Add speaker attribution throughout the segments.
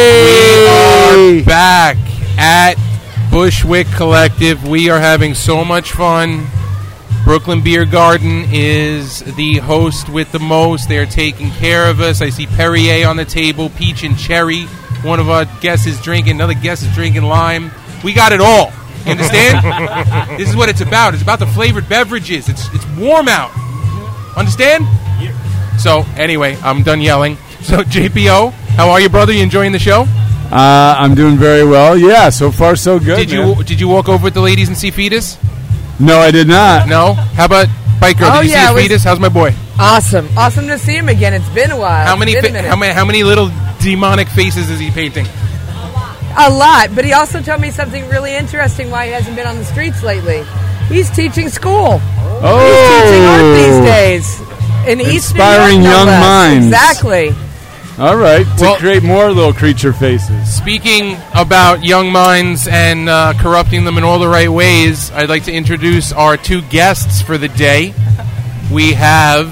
Speaker 1: Hey!
Speaker 2: We are back at Bushwick Collective. We are having so much fun. Brooklyn Beer Garden is the host with the most. They are taking care of us. I see Perrier on the table, peach and cherry. One of our guests is drinking, another guest is drinking lime. We got it all. You understand? this is what it's about. It's about the flavored beverages. It's it's warm out. Understand? So anyway, I'm done yelling. So JPO, how are you, brother? You enjoying the show?
Speaker 1: Uh, I'm doing very well. Yeah, so far so good.
Speaker 2: did
Speaker 1: man.
Speaker 2: you did you walk over with the ladies and see fetus?
Speaker 1: No, I did not.
Speaker 2: No. How about biker?
Speaker 3: Oh,
Speaker 2: did you
Speaker 3: yeah,
Speaker 2: see
Speaker 3: I
Speaker 2: the
Speaker 3: was-
Speaker 2: fetus? How's my boy?
Speaker 3: Awesome. Awesome to see him again. It's been a while.
Speaker 2: How many
Speaker 3: It's been
Speaker 2: fa-
Speaker 3: Oh,
Speaker 2: how
Speaker 3: a, minute.
Speaker 2: many how many little demonic faces is he painting?
Speaker 3: a lot, but he also told me something really interesting why he hasn't been on the streets lately. He's teaching school.
Speaker 1: Oh.
Speaker 3: He's teaching
Speaker 4: Oh.
Speaker 3: art these days. In East New York,
Speaker 1: Inspiring
Speaker 3: no
Speaker 1: young
Speaker 3: less.
Speaker 1: minds.
Speaker 3: Exactly.
Speaker 1: All right, to
Speaker 2: Well-
Speaker 1: create more little creature faces.
Speaker 2: Speaking about young minds and uh, corrupting them in all the right ways, I'd like to introduce our two guests for the day. We have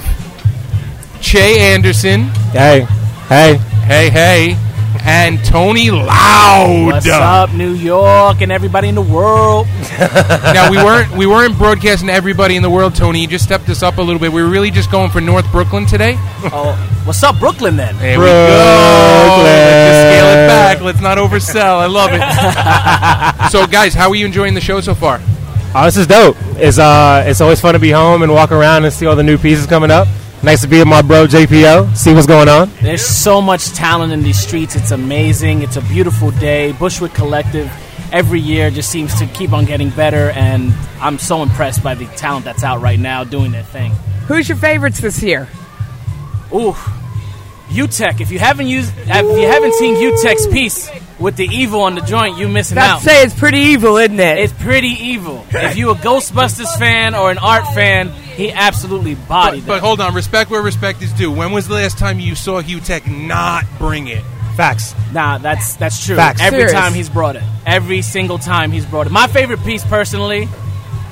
Speaker 2: Che Anderson.
Speaker 5: Hey, hey.
Speaker 2: Hey, hey. And Tony Loud.
Speaker 5: What's up, New York and everybody in the world?
Speaker 2: now we weren't we weren't broadcasting to everybody in the world, Tony. You just stepped us up a little bit. We were really just going for North Brooklyn today.
Speaker 5: Oh, what's up, Brooklyn then?
Speaker 2: There we go. Oh, Let's just scale it back. Let's not oversell. I love it. so, guys, how are you enjoying the show so far?
Speaker 4: Oh, this is dope. It's uh, it's always fun to be home and walk around and see all the new pieces coming up. Nice to be with my bro JPO. See what's going on.
Speaker 5: There's so much talent in these streets. It's amazing. It's a beautiful day. Bushwick Collective every year just seems to keep on getting better, and I'm so impressed by the talent that's out right now doing their thing.
Speaker 3: Who's your favorites this year?
Speaker 5: Ooh, UTech. If you haven't used, if you haven't seen UTech's piece with the evil on the joint, you missing
Speaker 3: That
Speaker 5: out.
Speaker 3: say it's pretty evil, isn't it?
Speaker 5: It's pretty evil. If you a Ghostbusters fan or an art fan, he absolutely bodied
Speaker 2: But, but
Speaker 5: that.
Speaker 2: hold on, respect where respect is due. When was the last time you saw Hugh Tech not bring it?
Speaker 4: Facts.
Speaker 5: Nah, that's that's true.
Speaker 4: Facts.
Speaker 5: Every
Speaker 3: Serious.
Speaker 5: time he's brought it. Every single time he's brought it. My favorite piece, personally,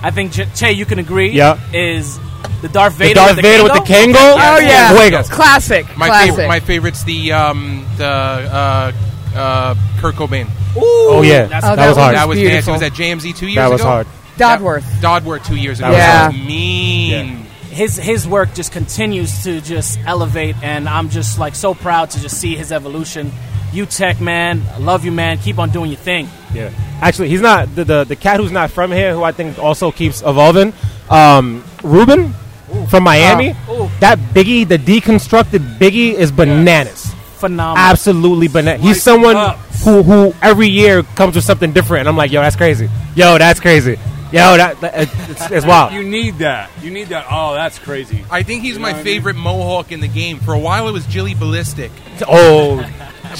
Speaker 5: I think Ch- Che, you can agree.
Speaker 4: Yeah.
Speaker 5: is the Darth Vader.
Speaker 4: The Darth Vader with the Kango.
Speaker 3: oh yeah,
Speaker 4: Fuego.
Speaker 3: classic.
Speaker 2: My
Speaker 3: classic.
Speaker 2: favorite, my favorite's the um, the uh, uh, Kurt Cobain.
Speaker 4: Oh yeah.
Speaker 5: That's-
Speaker 4: That,
Speaker 3: Oh,
Speaker 5: that
Speaker 4: was
Speaker 3: was
Speaker 4: hard.
Speaker 2: That was nasty.
Speaker 3: beautiful.
Speaker 2: Was that JMZ two years
Speaker 4: That
Speaker 2: ago?
Speaker 4: was hard.
Speaker 3: Dodworth.
Speaker 2: Dodworth two years ago.
Speaker 4: That was
Speaker 2: That
Speaker 3: hard.
Speaker 2: was mean.
Speaker 5: His his work just continues to just elevate, and I'm just like so proud to just see his evolution. You Tech man, I love you, man. Keep on doing your thing.
Speaker 4: Yeah. Actually, he's not the, the the cat who's not from here, who I think also keeps evolving. Um, Ruben from Miami.
Speaker 5: Ooh.
Speaker 4: That Biggie, the deconstructed Biggie, is bananas.
Speaker 5: Phenomenal.
Speaker 4: absolutely bananas. He's someone
Speaker 5: up.
Speaker 4: who who every year comes with something different. And I'm like, yo, that's crazy. Yo, that's crazy. Yo, that, that it's, it's wild.
Speaker 6: You need that. You need that. Oh, that's crazy.
Speaker 2: I think he's my favorite Mohawk in the game. For a while, it was Jilly Ballistic.
Speaker 4: Oh,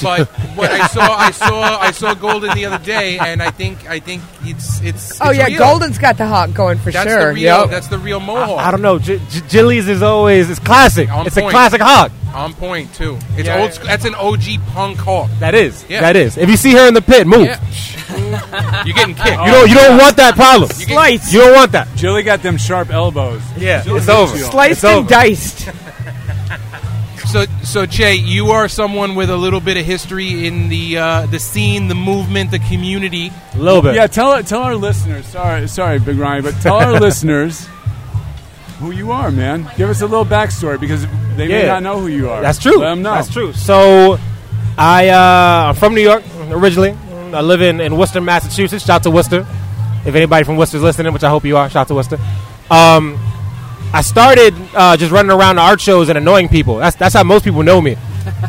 Speaker 2: but what I saw, I saw, I saw Golden the other day, and I think, I think it's, it's.
Speaker 3: Oh
Speaker 2: it's
Speaker 3: yeah,
Speaker 2: real.
Speaker 3: Golden's got the hawk going for
Speaker 2: That's
Speaker 3: sure.
Speaker 2: the real.
Speaker 3: Yep.
Speaker 2: That's the real Mohawk.
Speaker 4: I don't know. J- J- Jilly's is always it's classic.
Speaker 2: On
Speaker 4: it's a
Speaker 2: point.
Speaker 4: classic hog.
Speaker 2: On point too. It's
Speaker 4: Yeah,
Speaker 2: old.
Speaker 4: yeah.
Speaker 2: sc- That's an OG punk hawk.
Speaker 4: That is.
Speaker 2: Yeah.
Speaker 4: That is. If you see her in the pit, move.
Speaker 2: Yeah. You're getting kicked.
Speaker 4: You don't. You don't want that problem.
Speaker 2: You get- Slice.
Speaker 4: You don't want that.
Speaker 6: Jilly got them sharp elbows.
Speaker 4: Yeah,
Speaker 6: Jilly
Speaker 4: it's
Speaker 6: hits
Speaker 4: over.
Speaker 6: you.
Speaker 4: It's
Speaker 3: Sliced and
Speaker 4: over.
Speaker 3: diced.
Speaker 2: So, so Che, you are someone with a little bit of history in the uh, the scene, the movement, the community.
Speaker 4: A little bit.
Speaker 6: Yeah, tell tell our listeners. Sorry, sorry, Big Ryan, but tell our listeners who you are, man. Give us a little backstory because they may
Speaker 4: Yeah.
Speaker 6: not know who you are.
Speaker 4: That's true.
Speaker 6: Let them know.
Speaker 4: That's true. So, I uh, I'm from New York originally. I live in, in Worcester, Massachusetts. Shout to Worcester. If anybody from Worcester's listening, which I hope you are, shout to Worcester. Um, I started uh, just running around to art shows and annoying people. That's that's how most people know me,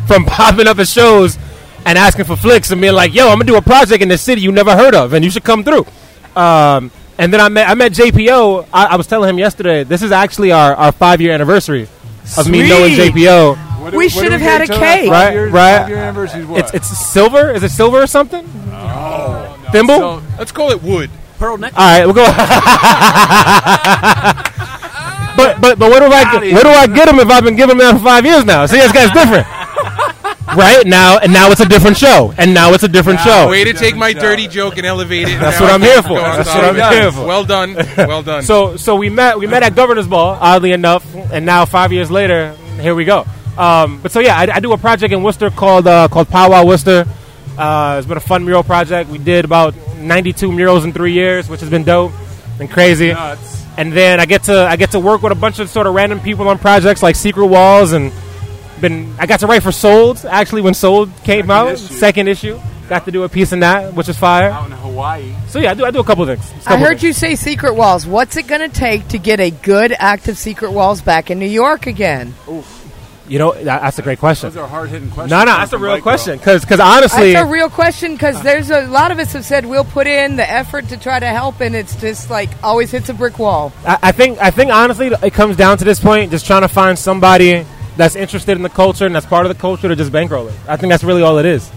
Speaker 4: from popping up at shows and asking for flicks and being like, "Yo, I'm gonna do a project in the city you never heard of, and you should come through." Um, and then I met I met JPO. I, I was telling him yesterday, this is actually our, our five year anniversary of me knowing
Speaker 3: Sweet.
Speaker 4: JPO.
Speaker 6: What
Speaker 3: We
Speaker 6: do-
Speaker 3: should
Speaker 6: what do
Speaker 3: have
Speaker 6: we
Speaker 3: had
Speaker 6: get
Speaker 3: a
Speaker 6: to that?
Speaker 3: cake.
Speaker 6: Five
Speaker 4: Right,
Speaker 6: years-
Speaker 4: right.
Speaker 6: Five year anniversary is what?
Speaker 4: It's it's silver. Is it silver or something? Thimble. All
Speaker 6: Oh. So-
Speaker 2: Let's call it wood.
Speaker 5: Pearl neck.
Speaker 4: right, we'll go. but but but where do I get, where do I get them if I've been giving them for five years now? See, this guy's different. right now and now it's a different show and now it's a different show.
Speaker 2: Way to
Speaker 6: different
Speaker 2: take my
Speaker 6: job.
Speaker 2: dirty joke and elevate it.
Speaker 4: Oh. That's
Speaker 2: Now
Speaker 4: what
Speaker 2: I
Speaker 4: I'm
Speaker 2: can
Speaker 4: here for.
Speaker 2: go on
Speaker 4: That's
Speaker 2: top
Speaker 4: what
Speaker 2: of
Speaker 4: I'm
Speaker 2: it.
Speaker 4: here for.
Speaker 2: Well done. Well done.
Speaker 4: So so we met we met at Governor's Ball, oddly enough, and now five years later, here we go.
Speaker 7: Um, but so yeah, I, I do a project in Worcester called uh, called Powwow Worcester. Uh, it's been a fun mural project. We did about 92 murals in three years, which has been dope and crazy.
Speaker 6: Nuts.
Speaker 7: And then I get to I get to work with a bunch of sort of random people on projects like Secret Walls and been I got to write for Sold actually when Sold came
Speaker 6: Second
Speaker 7: out
Speaker 6: issue.
Speaker 7: second issue. Got to do a piece in that, which is fire.
Speaker 6: Out in Hawaii.
Speaker 7: So yeah, I do I do a couple of things.
Speaker 3: I heard you say secret walls. What's it going to take to get a good active secret walls back in New York again?
Speaker 7: You know that, that's a great question.
Speaker 6: Those are hard hitting questions.
Speaker 7: No, no, that's a real question. Because honestly,
Speaker 3: That's a real question because there's a lot of us have said we'll put in the effort to try to help, and it's just like always hits a brick wall.
Speaker 7: I, I think I think honestly, it comes down to this point: just trying to find somebody that's interested in the culture and that's part of the culture to just bankroll it. I think that's really all it is.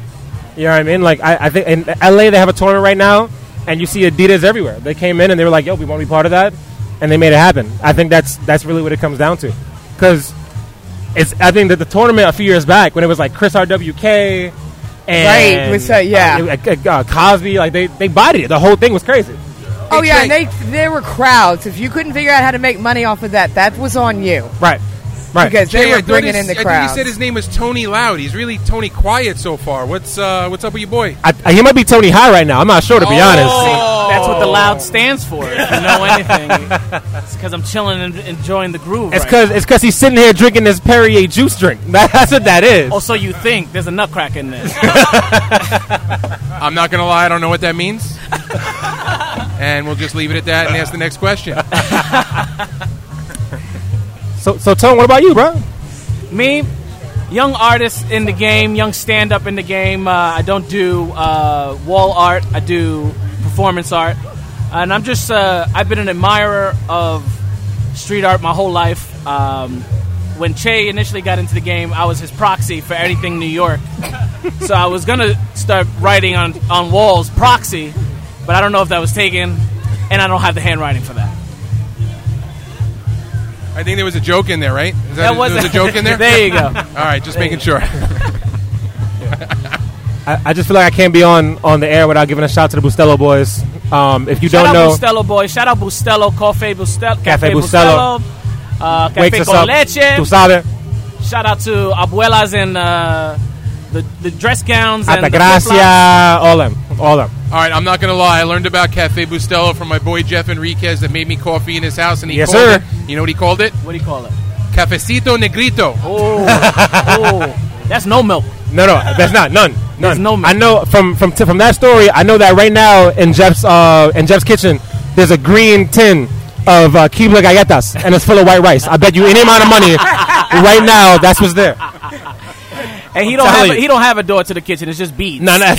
Speaker 7: You know what I mean? Like I, I think in LA they have a tournament right now, and you see Adidas everywhere. They came in and they were like, "Yo, we want to be part of that," and they made it happen. I think that's that's really what it comes down to, because it's I think that the tournament a few years back when it was like Chris RWK. And,
Speaker 3: Right, with, uh, yeah.
Speaker 7: uh, it- uh, Cosby, like they, they bodied it. The whole thing was crazy.
Speaker 3: Oh yeah, and they there were crowds. If you couldn't figure out how to make money off of that, that was on you
Speaker 7: Right, right.
Speaker 3: because they
Speaker 2: Jay, I
Speaker 3: were
Speaker 2: thought
Speaker 3: bringing
Speaker 2: his-
Speaker 3: in the
Speaker 2: I think
Speaker 3: crowds.
Speaker 2: you said his name was Tony Loud. He's really Tony Quiet so far. What's uh, what's up with your boy? Oh!
Speaker 7: I, I- he might be Tony High right now. I'm not sure to
Speaker 5: Oh.
Speaker 7: be honest.
Speaker 5: That's what the loud stands for. If you know anything, it's because I'm chilling and enjoying the groove.
Speaker 7: It's
Speaker 5: right
Speaker 7: because it's because he's sitting here drinking this Perrier juice drink. That's what that is.
Speaker 5: now. Oh, so you think there's a nutcracker in this?
Speaker 2: I'm not gonna lie, I don't know what that means. and we'll just leave it at that and ask the next question.
Speaker 7: So so Tone, what about you, bro?
Speaker 5: Me, young artist in the game, young stand up in the game. Uh, I don't do uh, wall art, I do performance art. And I'm just, uh, I've been an admirer of street art my whole life. Um, when Che initially got into the game, I was his proxy for anything New York. so I was going to start writing on, on walls proxy, but I don't know if that was taken, and I don't have the handwriting for that.
Speaker 2: I think there was a joke in there, right? Is
Speaker 5: That
Speaker 2: there was a joke in there?
Speaker 5: there you go.
Speaker 2: All right, just making sure.
Speaker 7: I, I just feel like I can't be on on the air without giving a shout to the Bustelo boys. Um, if you
Speaker 5: Shout
Speaker 7: don't
Speaker 5: out
Speaker 7: know,
Speaker 5: Bustelo boy. Shout out Bustelo, Cafe Bustelo,
Speaker 7: Cafe Bustelo.
Speaker 5: uh,
Speaker 7: wakes
Speaker 5: Cafe
Speaker 7: us
Speaker 5: con
Speaker 7: up.
Speaker 5: leche.
Speaker 7: Tu sabe?
Speaker 5: Shout out to abuelas and uh, the the dress gowns and the flip-flops.
Speaker 7: Atagracia, all them, all them.
Speaker 2: All right, I'm not gonna lie. I learned about Cafe Bustelo from my boy Jeff Enriquez that made me coffee in his house, and he
Speaker 7: Yes,
Speaker 2: called
Speaker 7: sir.
Speaker 2: it. You know what he called it?
Speaker 5: What do you call it?
Speaker 2: Cafecito Negrito.
Speaker 5: Oh, oh, that's no milk.
Speaker 7: No, no, that's not none.
Speaker 5: There's
Speaker 7: None.
Speaker 5: no
Speaker 7: I
Speaker 5: milk.
Speaker 7: know from from t- from that story. I know that right now in Jeff's uh, in Jeff's kitchen, there's a green tin of uh, Kibla galletas, and it's full of white rice. I bet you any amount of money right now that's what's there.
Speaker 5: And he don't
Speaker 7: Tell
Speaker 5: have a,
Speaker 7: you.
Speaker 5: he don't have a door to the kitchen. It's just beads.
Speaker 7: No, no.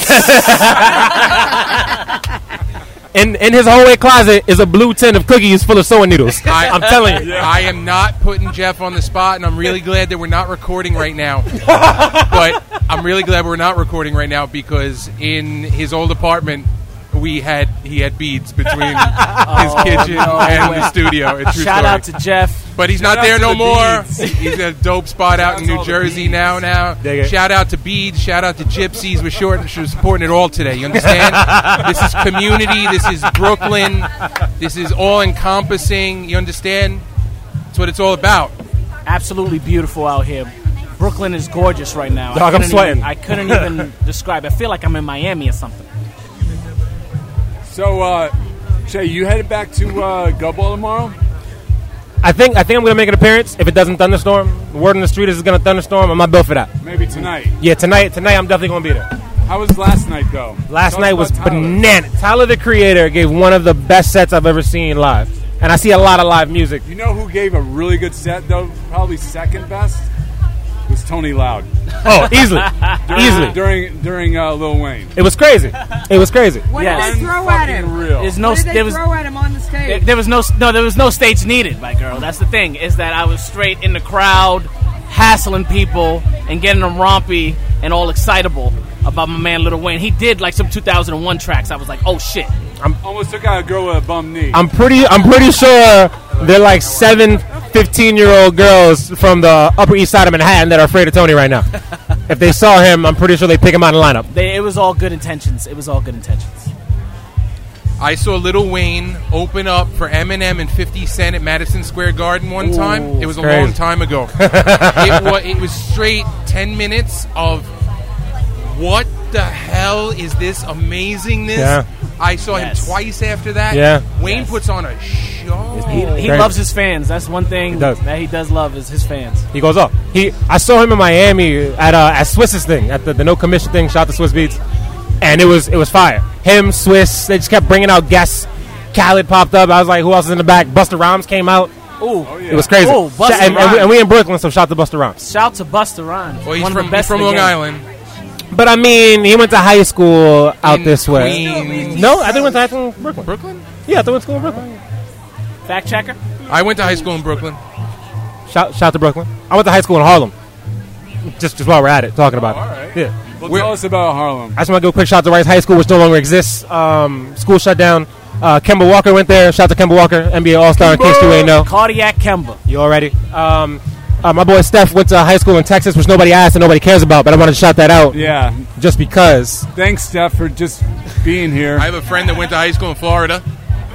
Speaker 7: in in his hallway closet is a blue tin of cookies full of sewing needles.
Speaker 2: I,
Speaker 7: I'm telling you.
Speaker 2: I am not putting Jeff on the spot, and I'm really glad that we're not recording right now. but I'm really glad we're not recording right now because in his old apartment, we had he had beads between his
Speaker 7: Oh,
Speaker 2: kitchen and the studio. It's true
Speaker 5: Shout
Speaker 2: story.
Speaker 5: out to Jeff.
Speaker 2: But he's
Speaker 6: out
Speaker 2: not there
Speaker 6: to
Speaker 2: no
Speaker 6: the
Speaker 2: more.
Speaker 6: Beads.
Speaker 2: He's in a dope spot out in
Speaker 6: out to
Speaker 2: New
Speaker 6: all the
Speaker 2: Jersey
Speaker 6: Beads.
Speaker 2: now. Now,
Speaker 7: Dig it.
Speaker 2: shout out to Beads. Shout out to Gypsies. We're short. We're supporting it all today. You understand? this is community. This is Brooklyn. This is all encompassing. You understand? That's what it's all about.
Speaker 5: Absolutely beautiful out here. Brooklyn is gorgeous right now. I
Speaker 7: Dog, I'm
Speaker 5: couldn't even-
Speaker 7: sweating.
Speaker 5: I couldn't even describe. I feel like I'm in Miami or something.
Speaker 6: So, uh, Jay, you headed back to uh, Gubball tomorrow?
Speaker 7: I think I think I'm gonna make an appearance if it doesn't thunderstorm. Word in the street is it's gonna thunderstorm. I'm not built for that.
Speaker 6: Maybe tonight.
Speaker 7: Yeah, tonight tonight I'm definitely gonna be there.
Speaker 6: How was last night, though?
Speaker 7: Last
Speaker 6: Tell us
Speaker 7: night
Speaker 6: about
Speaker 7: was
Speaker 6: Tyler.
Speaker 7: banana. Tyler the Creator gave one of the best sets I've ever seen live, and I see a lot of live music.
Speaker 6: You know who gave a really good set, though? Probably second best? Was Tony Loud.
Speaker 7: Oh, easily, easily.
Speaker 6: During during uh, Lil Wayne.
Speaker 7: It was crazy. It was crazy.
Speaker 3: What did
Speaker 5: Yes.
Speaker 3: they throw at
Speaker 6: Unfucking
Speaker 3: him?
Speaker 6: Real.
Speaker 5: There's no
Speaker 3: what did they
Speaker 5: there was
Speaker 3: throw at him on the
Speaker 5: There-
Speaker 3: stage?
Speaker 5: There was no no there was no stage needed, my girl. That's the thing is that I was straight in the crowd, hassling people and getting them rompy and all excitable about my man Little Wayne. He did like some 2001 tracks. I was like, oh shit.
Speaker 6: Almost took out a girl with a bum knee.
Speaker 7: I'm pretty. I'm pretty sure they're like seven 15 year old girls from the Upper East Side of Manhattan that are afraid of Tony right now. If they saw him, I'm pretty sure they pick him out of the lineup.
Speaker 5: They, it was all good intentions. It was all good intentions.
Speaker 2: I saw Little Wayne open up for Eminem and 50 Cent at Madison Square Garden one time. It was a
Speaker 7: crazy.
Speaker 2: long time ago. it, was, it was straight 10 minutes of what the hell is this amazingness?
Speaker 7: Yeah.
Speaker 2: I saw
Speaker 5: Yes.
Speaker 2: him twice after that.
Speaker 7: Yeah.
Speaker 2: Wayne
Speaker 5: Yes.
Speaker 2: puts on a show.
Speaker 5: He, he
Speaker 7: Great.
Speaker 5: loves his fans. That's one thing
Speaker 7: does.
Speaker 5: that he does love is his fans.
Speaker 7: He goes off. He I saw him in Miami at uh, at Swiss's thing at the, the no commission thing. Shout out to Swiss Beats, and it was it was fire. Him Swiss. They just kept bringing out guests. Khaled popped up. I was like, who else is in the back? Buster Rhymes came out.
Speaker 5: Ooh,
Speaker 7: It was crazy.
Speaker 5: Oh, Busta
Speaker 7: Shout- and, and we,
Speaker 5: Rhymes.
Speaker 7: and we in Brooklyn, so shout out to Buster Rhymes.
Speaker 5: shout to Busta Rhymes.
Speaker 2: Well, Oh, he's
Speaker 5: one
Speaker 2: from,
Speaker 5: of the best
Speaker 2: he's from
Speaker 5: in the
Speaker 2: Long
Speaker 5: game.
Speaker 2: Island.
Speaker 7: But I mean, he went to high school out
Speaker 2: In
Speaker 7: this way.
Speaker 2: Queens.
Speaker 7: No, I think he went to high school in Brooklyn.
Speaker 2: Brooklyn?
Speaker 7: Yeah, I think he went to school in Brooklyn.
Speaker 5: Fact checker.
Speaker 2: I went to high school in Brooklyn.
Speaker 7: Shout, shout out to Brooklyn. I went to high school in Harlem. Just just while we're at it, talking about
Speaker 6: all
Speaker 7: it.
Speaker 6: right.
Speaker 7: Yeah.
Speaker 6: Well,
Speaker 2: We're-
Speaker 6: tell us about Harlem.
Speaker 7: I just want to give a quick shout out to Rice High School, which no longer exists. Um, school shut down. Uh, Kemba Walker went there. Shout out to Kemba Walker, NBA All Star in case you ain't know.
Speaker 5: Cardiac Kemba.
Speaker 7: You already. Um, uh, my boy Steph went to high school in Texas, which nobody asked and nobody cares about, but I wanted to shout that out
Speaker 6: Yeah.
Speaker 7: just because.
Speaker 6: Thanks, Steph, for just being here.
Speaker 2: I have a friend that went to high school in Florida.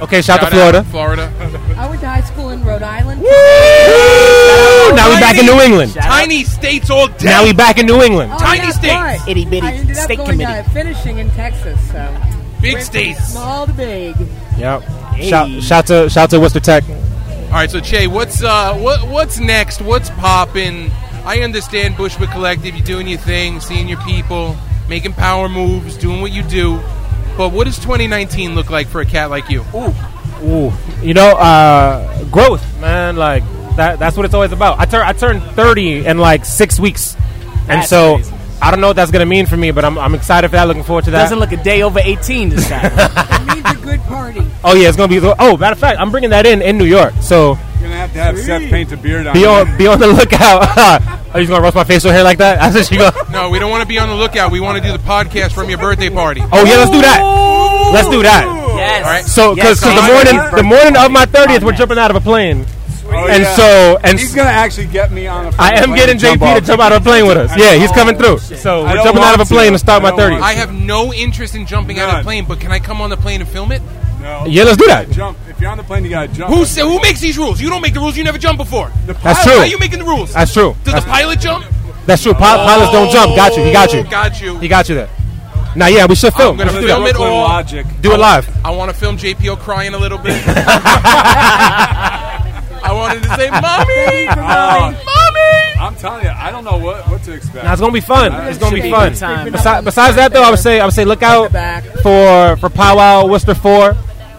Speaker 7: Okay, shout, out
Speaker 2: Shout
Speaker 7: to Florida.
Speaker 2: out Florida.
Speaker 3: I went to high school in Rhode Island.
Speaker 7: Woo! Now we back in New England.
Speaker 5: Shout out.
Speaker 2: Tiny states all day.
Speaker 7: Now we back in New England.
Speaker 3: Oh,
Speaker 2: Tiny
Speaker 3: yeah,
Speaker 2: states.
Speaker 3: but
Speaker 5: Itty bitty
Speaker 3: I ended up
Speaker 5: state
Speaker 3: going
Speaker 5: committee.
Speaker 3: To, finishing in Texas, so
Speaker 2: Big
Speaker 3: Went from
Speaker 2: states.
Speaker 3: small to big.
Speaker 7: Yep. Shout, shout to shout to Worcester Tech.
Speaker 2: All right, so Che, what's uh, what what's next? What's poppin'? I understand Bushwick Collective. You're doing your thing, seeing your people, making power moves, doing what you do. But what does 2019 look like for a cat like you?
Speaker 7: Ooh, you know, uh, growth, man. Like that—that's what it's always about. I turn I turned thirty in like six weeks, and
Speaker 5: That's
Speaker 7: so
Speaker 5: crazy.
Speaker 7: I don't know what that's gonna mean for me, but I'm, I'm excited for that. Looking forward to that.
Speaker 5: Doesn't look a day over 18 this time.
Speaker 3: It means a good party.
Speaker 7: oh yeah, it's gonna be. Oh, matter of fact, I'm bringing that in in New York. So
Speaker 6: You're going to have to have Seth paint a beard on
Speaker 7: be
Speaker 6: you.
Speaker 7: on be on the lookout. Are you just gonna roast my facial hair like that? I said she go.
Speaker 2: No, we don't want to be on the lookout. We want to do the podcast from your birthday party.
Speaker 7: Oh yeah, let's do that. Let's do that.
Speaker 5: yes.
Speaker 2: All right.
Speaker 7: So
Speaker 5: Yes,
Speaker 7: because the
Speaker 5: Sean.
Speaker 7: morning
Speaker 5: Happy
Speaker 7: the morning of my
Speaker 5: birthday.
Speaker 7: thirtieth, we're
Speaker 5: Amen.
Speaker 7: jumping out of a plane,
Speaker 6: Oh,
Speaker 7: and
Speaker 6: yeah.
Speaker 7: so and
Speaker 6: He's gonna actually get me on a.
Speaker 7: I am getting JP to jump out of a plane with us. Yeah, he's coming through. So
Speaker 6: I
Speaker 7: we're
Speaker 6: don't
Speaker 7: jumping out of a
Speaker 6: want
Speaker 7: plane
Speaker 6: to.
Speaker 7: to start
Speaker 6: I
Speaker 7: my
Speaker 6: don't want
Speaker 7: 30.
Speaker 2: I have no interest in jumping out of
Speaker 6: None.
Speaker 2: the plane, but can I come on the plane and film it?
Speaker 6: No.
Speaker 7: Yeah, let's do that.
Speaker 6: Jump. If you're on the plane, you gotta jump.
Speaker 2: Who sa- who makes these rules? You don't make the rules. You never jumped before.
Speaker 6: The
Speaker 7: That's
Speaker 6: pilot-
Speaker 7: true.
Speaker 2: How are you making the rules?
Speaker 7: That's true.
Speaker 2: Does the pilot jump? Oh,
Speaker 7: That's true. Pil- pilots don't jump. Got you. He got you.
Speaker 2: Got you.
Speaker 7: He got you there. Now, yeah, we should Oh. film.
Speaker 2: I'm gonna
Speaker 7: Let's do
Speaker 2: film
Speaker 7: that.
Speaker 2: it all.
Speaker 6: Logic. Oh,
Speaker 7: Do it live.
Speaker 2: I want to film JPO crying a little bit. I wanted to say, "Mommy,
Speaker 6: Uh,
Speaker 2: mommy."
Speaker 6: I'm telling you, I don't know what, what to expect.
Speaker 7: Now, it's gonna be fun. It's gonna be
Speaker 5: Should be
Speaker 7: fun.
Speaker 5: good time.
Speaker 7: Besi- besides that, though, I would say I would say look out
Speaker 3: Back.
Speaker 7: for for Powwow Worcester Four.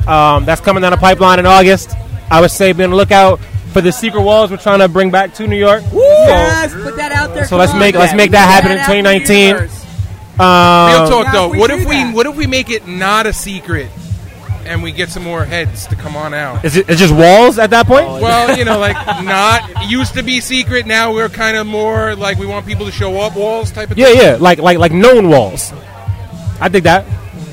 Speaker 7: Um, that's coming down the pipeline in August. I would say be on the lookout for the secret walls we're trying to bring back to New York. So,
Speaker 3: yes, put that out there.
Speaker 7: so
Speaker 3: Come
Speaker 7: let's
Speaker 3: on,
Speaker 7: make- let's
Speaker 3: Dad.
Speaker 7: make that
Speaker 3: Put
Speaker 7: happen in
Speaker 3: out in the
Speaker 7: 2019.
Speaker 3: universe.
Speaker 2: Real
Speaker 7: um,
Speaker 2: talk
Speaker 3: Now,
Speaker 2: though.
Speaker 3: if we
Speaker 2: what
Speaker 3: do
Speaker 2: if we
Speaker 3: that-
Speaker 2: what if we make it not a secret, and we get some more heads to come on out?
Speaker 7: is it it's just walls at that point?
Speaker 5: Oh,
Speaker 2: Well, you know, like not used to be secret. Now we're kind of more like we want people to show up walls type of
Speaker 7: Yeah,
Speaker 2: thing.
Speaker 7: yeah, like like like known walls. I dig that.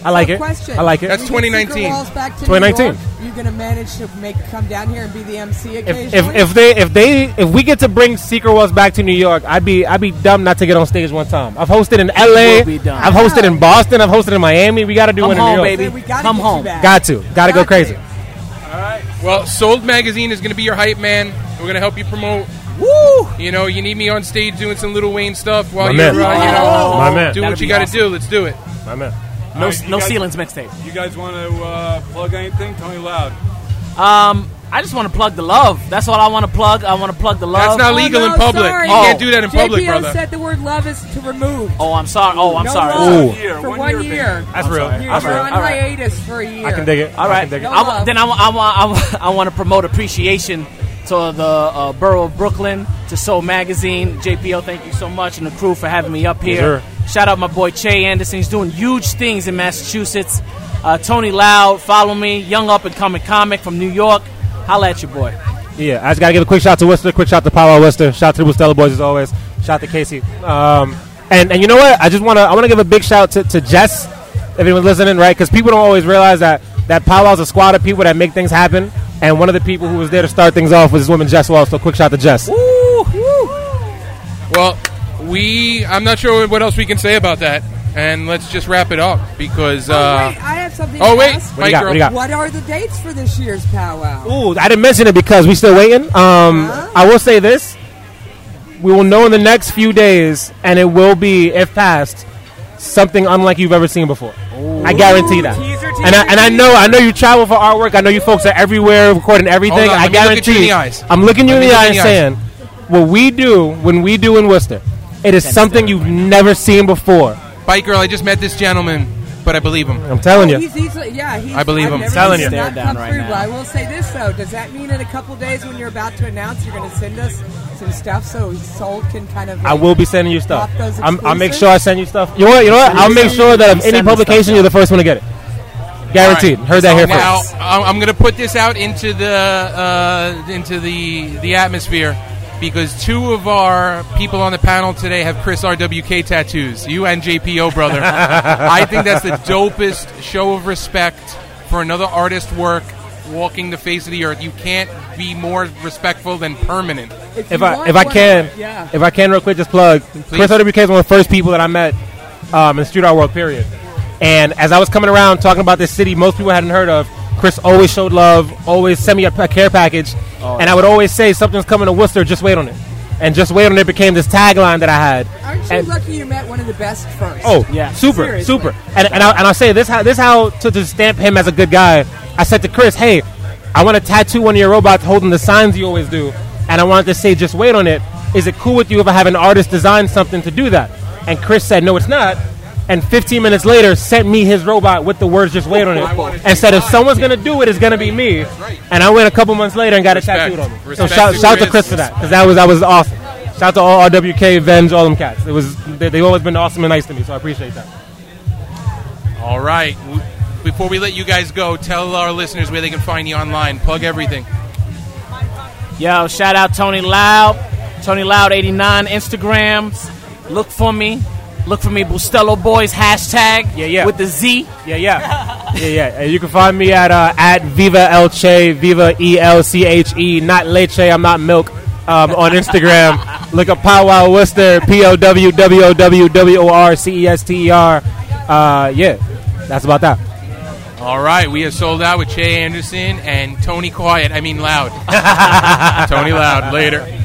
Speaker 7: I like it.
Speaker 3: Question.
Speaker 7: I like it.
Speaker 2: That's
Speaker 3: We can
Speaker 2: 2019.
Speaker 3: secret walls back to New
Speaker 7: 2019.
Speaker 3: York. You're going to manage to make come down here and be the MC
Speaker 7: If,
Speaker 3: occasionally.
Speaker 7: if, if they if they if we get to bring Secret Walls back to New York, I'd be I'd be dumb not to get on stage one time. I've hosted in
Speaker 5: would
Speaker 7: L.A.
Speaker 5: be dumb.
Speaker 7: I've hosted in Boston. I've hosted in Miami. We got to do
Speaker 5: Come
Speaker 7: one
Speaker 5: home,
Speaker 7: in New York.
Speaker 5: baby.
Speaker 3: Say, we gotta
Speaker 5: Come
Speaker 3: get
Speaker 5: home.
Speaker 3: You back.
Speaker 7: Got to, got to go
Speaker 3: Got
Speaker 7: crazy.
Speaker 3: to.
Speaker 2: Well, Sold Magazine is going to be your hype man. We're going to help you promote.
Speaker 3: Woo! Oh,
Speaker 2: You know, you need me on stage doing some Little Wayne stuff while
Speaker 7: My
Speaker 2: you're, uh,
Speaker 7: man.
Speaker 5: Oh,
Speaker 2: you know,
Speaker 7: My man.
Speaker 2: do
Speaker 5: That'd
Speaker 2: what you
Speaker 5: be
Speaker 2: got to
Speaker 5: awesome.
Speaker 2: do. Let's do it.
Speaker 7: My man.
Speaker 5: No,
Speaker 6: Alright, you
Speaker 5: no
Speaker 6: guys-
Speaker 5: ceilings mixtape.
Speaker 6: You guys want to uh, plug anything? Tony Loud.
Speaker 5: Um, I just want to plug the love. That's all I want to plug. I want to plug the
Speaker 2: That's
Speaker 5: love.
Speaker 2: not legal
Speaker 3: no,
Speaker 2: in public.
Speaker 3: sorry.
Speaker 2: You can't do that in public,
Speaker 3: JPO
Speaker 2: brother.
Speaker 3: said the word love is to remove.
Speaker 5: oh, I'm sorry. Oh, I'm
Speaker 3: no
Speaker 5: sorry.
Speaker 3: love
Speaker 7: Ooh.
Speaker 6: Year,
Speaker 3: for
Speaker 6: one
Speaker 3: one
Speaker 6: year
Speaker 3: year.
Speaker 7: That's real.
Speaker 3: You're,
Speaker 7: That's
Speaker 3: you're
Speaker 7: real.
Speaker 3: on
Speaker 5: All right.
Speaker 3: hiatus for a year.
Speaker 7: I can dig it.
Speaker 5: All
Speaker 7: I
Speaker 5: right.
Speaker 7: can dig it.
Speaker 3: No
Speaker 5: I wa-
Speaker 3: love.
Speaker 5: then I wa- I wa- I wa- I want to promote appreciation to the uh, borough of Brooklyn, to Soul Magazine, JPO. Thank you so much, and the crew for having me up here. Shout out my boy Che Anderson. He's doing huge things in Massachusetts. Uh, Tony Loud, follow me. Young up and coming comic from New York. Holla at your boy.
Speaker 7: Yeah, I just gotta give a quick shout to Worcester, quick shout to Power Worcester, shout to the Bustella Boys as always, shout to Casey. Um, and and you know what? I just wanna I wanna give a big shout to, to Jess, if anyone's listening, right? Because people don't always realize that that Powwow's a squad of people that make things happen. And one of the people who was there to start things off was this woman Jess Wall. So quick shout to Jess.
Speaker 2: Well, we I'm not sure what else we can say about that. and let's just wrap it up because.
Speaker 8: oh,
Speaker 2: Uh,
Speaker 8: wait, I have something
Speaker 2: oh,
Speaker 8: to
Speaker 2: wait,
Speaker 8: ask.
Speaker 7: What do you got?
Speaker 2: Mike,
Speaker 7: What do you got?
Speaker 8: What are the dates for this year's powwow?
Speaker 7: Ooh, I didn't mention it because we still waiting. Um, I will say this: we will know in the next few days, and it will be, if passed, something unlike you've ever seen before. I guarantee that.
Speaker 8: teaser,
Speaker 7: and I and I know I know you travel for artwork. I know you folks are everywhere recording everything.
Speaker 2: Hold on,
Speaker 7: I
Speaker 2: let me look at
Speaker 7: guarantee.
Speaker 2: you in the eyes.
Speaker 7: I'm looking you
Speaker 2: Let me
Speaker 7: in the
Speaker 2: look
Speaker 7: eye
Speaker 2: in
Speaker 7: and
Speaker 2: the
Speaker 7: saying, what we do when we do in Worcester, it is something you've never seen before.
Speaker 2: Bike girl, I just met this gentleman, but I believe him.
Speaker 7: I'm telling you.
Speaker 8: He's easily, yeah, he's,
Speaker 2: I believe him.
Speaker 8: I've never
Speaker 5: Telling
Speaker 8: seen
Speaker 5: you.
Speaker 8: that
Speaker 5: Stare down
Speaker 8: come
Speaker 5: right
Speaker 8: through,
Speaker 5: now.
Speaker 8: but I will say this though: Does that mean in a couple days when you're about to announce, you're going to send us some stuff so Soul can kind of?
Speaker 7: I will be sending you stuff.
Speaker 8: Drop those
Speaker 7: I'm, I'll make
Speaker 8: exclusives?
Speaker 7: sure I send you stuff. You know what? You know what? I'll make sure that of
Speaker 5: Send
Speaker 7: any
Speaker 5: the stuff
Speaker 7: publication,
Speaker 5: out.
Speaker 7: you're the first one to get it. Guaranteed. Heard that here
Speaker 2: now,
Speaker 7: first.
Speaker 2: I'm I'm going to put this out into the uh, into the the atmosphere because two of our people on the panel today have Chris RWK tattoos. You and JPO, brother. I think that's the dopest show of respect for another artist work walking the face of the earth. You can't be more respectful than permanent.
Speaker 8: If,
Speaker 7: If
Speaker 8: you
Speaker 7: I
Speaker 8: want
Speaker 7: if I
Speaker 8: one,
Speaker 7: can
Speaker 8: yeah.
Speaker 7: if I can real quick just plug Chris WK is one of the first people that I met um, in the street art world period. And as I was coming around talking about this city, most people hadn't heard of. Chris always showed love, always sent me a, a care package, and I would always say something's coming to Worcester. Just wait on it, and just wait on it became this tagline that I had.
Speaker 8: Aren't you
Speaker 7: And-
Speaker 8: lucky you met one of the best first?
Speaker 7: Oh,
Speaker 5: Yeah.
Speaker 7: super,
Speaker 8: Seriously.
Speaker 7: super. And and, I, and I'll say this how this how to, to stamp him as a good guy. I said to Chris, hey, I want to tattoo one of your robots holding the signs you always do, and I wanted to say, just wait on it. Is it cool with you if I have an artist design something to do that? And Chris said, no, it's not. And 15 minutes later, sent me his robot with the words "just wait on it," and said, "If someone's gonna do it, it's gonna be me." And I went a couple months later and got
Speaker 2: Respect.
Speaker 7: a tattooed on me. So
Speaker 2: Respect
Speaker 7: shout,
Speaker 2: to
Speaker 7: shout to
Speaker 2: Chris.
Speaker 7: Chris for that because that was that was awesome. Shout to all RWK, Venge, all them cats. It was they, they've always been awesome and nice to me, so I appreciate that.
Speaker 2: All right. W- Before we let you guys go, tell our listeners where they can find you online. Plug everything.
Speaker 5: Yo, shout out Tony Loud, Tony Loud 89 Instagrams. Look for me. Look for me, Bustelo Boys hashtag.
Speaker 7: Yeah, yeah.
Speaker 5: With the Z.
Speaker 7: Yeah, yeah, yeah, yeah. And you can find me at uh, at Viva Elche, Viva E L C H E, not leche. I'm not milk. Um, on Instagram, look up Powwow Worcester, P O W W O W W O R C E S T E R. Uh, yeah, that's about that.
Speaker 2: All right, we have sold out with Che Anderson and Tony Quiet. I mean, Loud. Tony Loud. Later.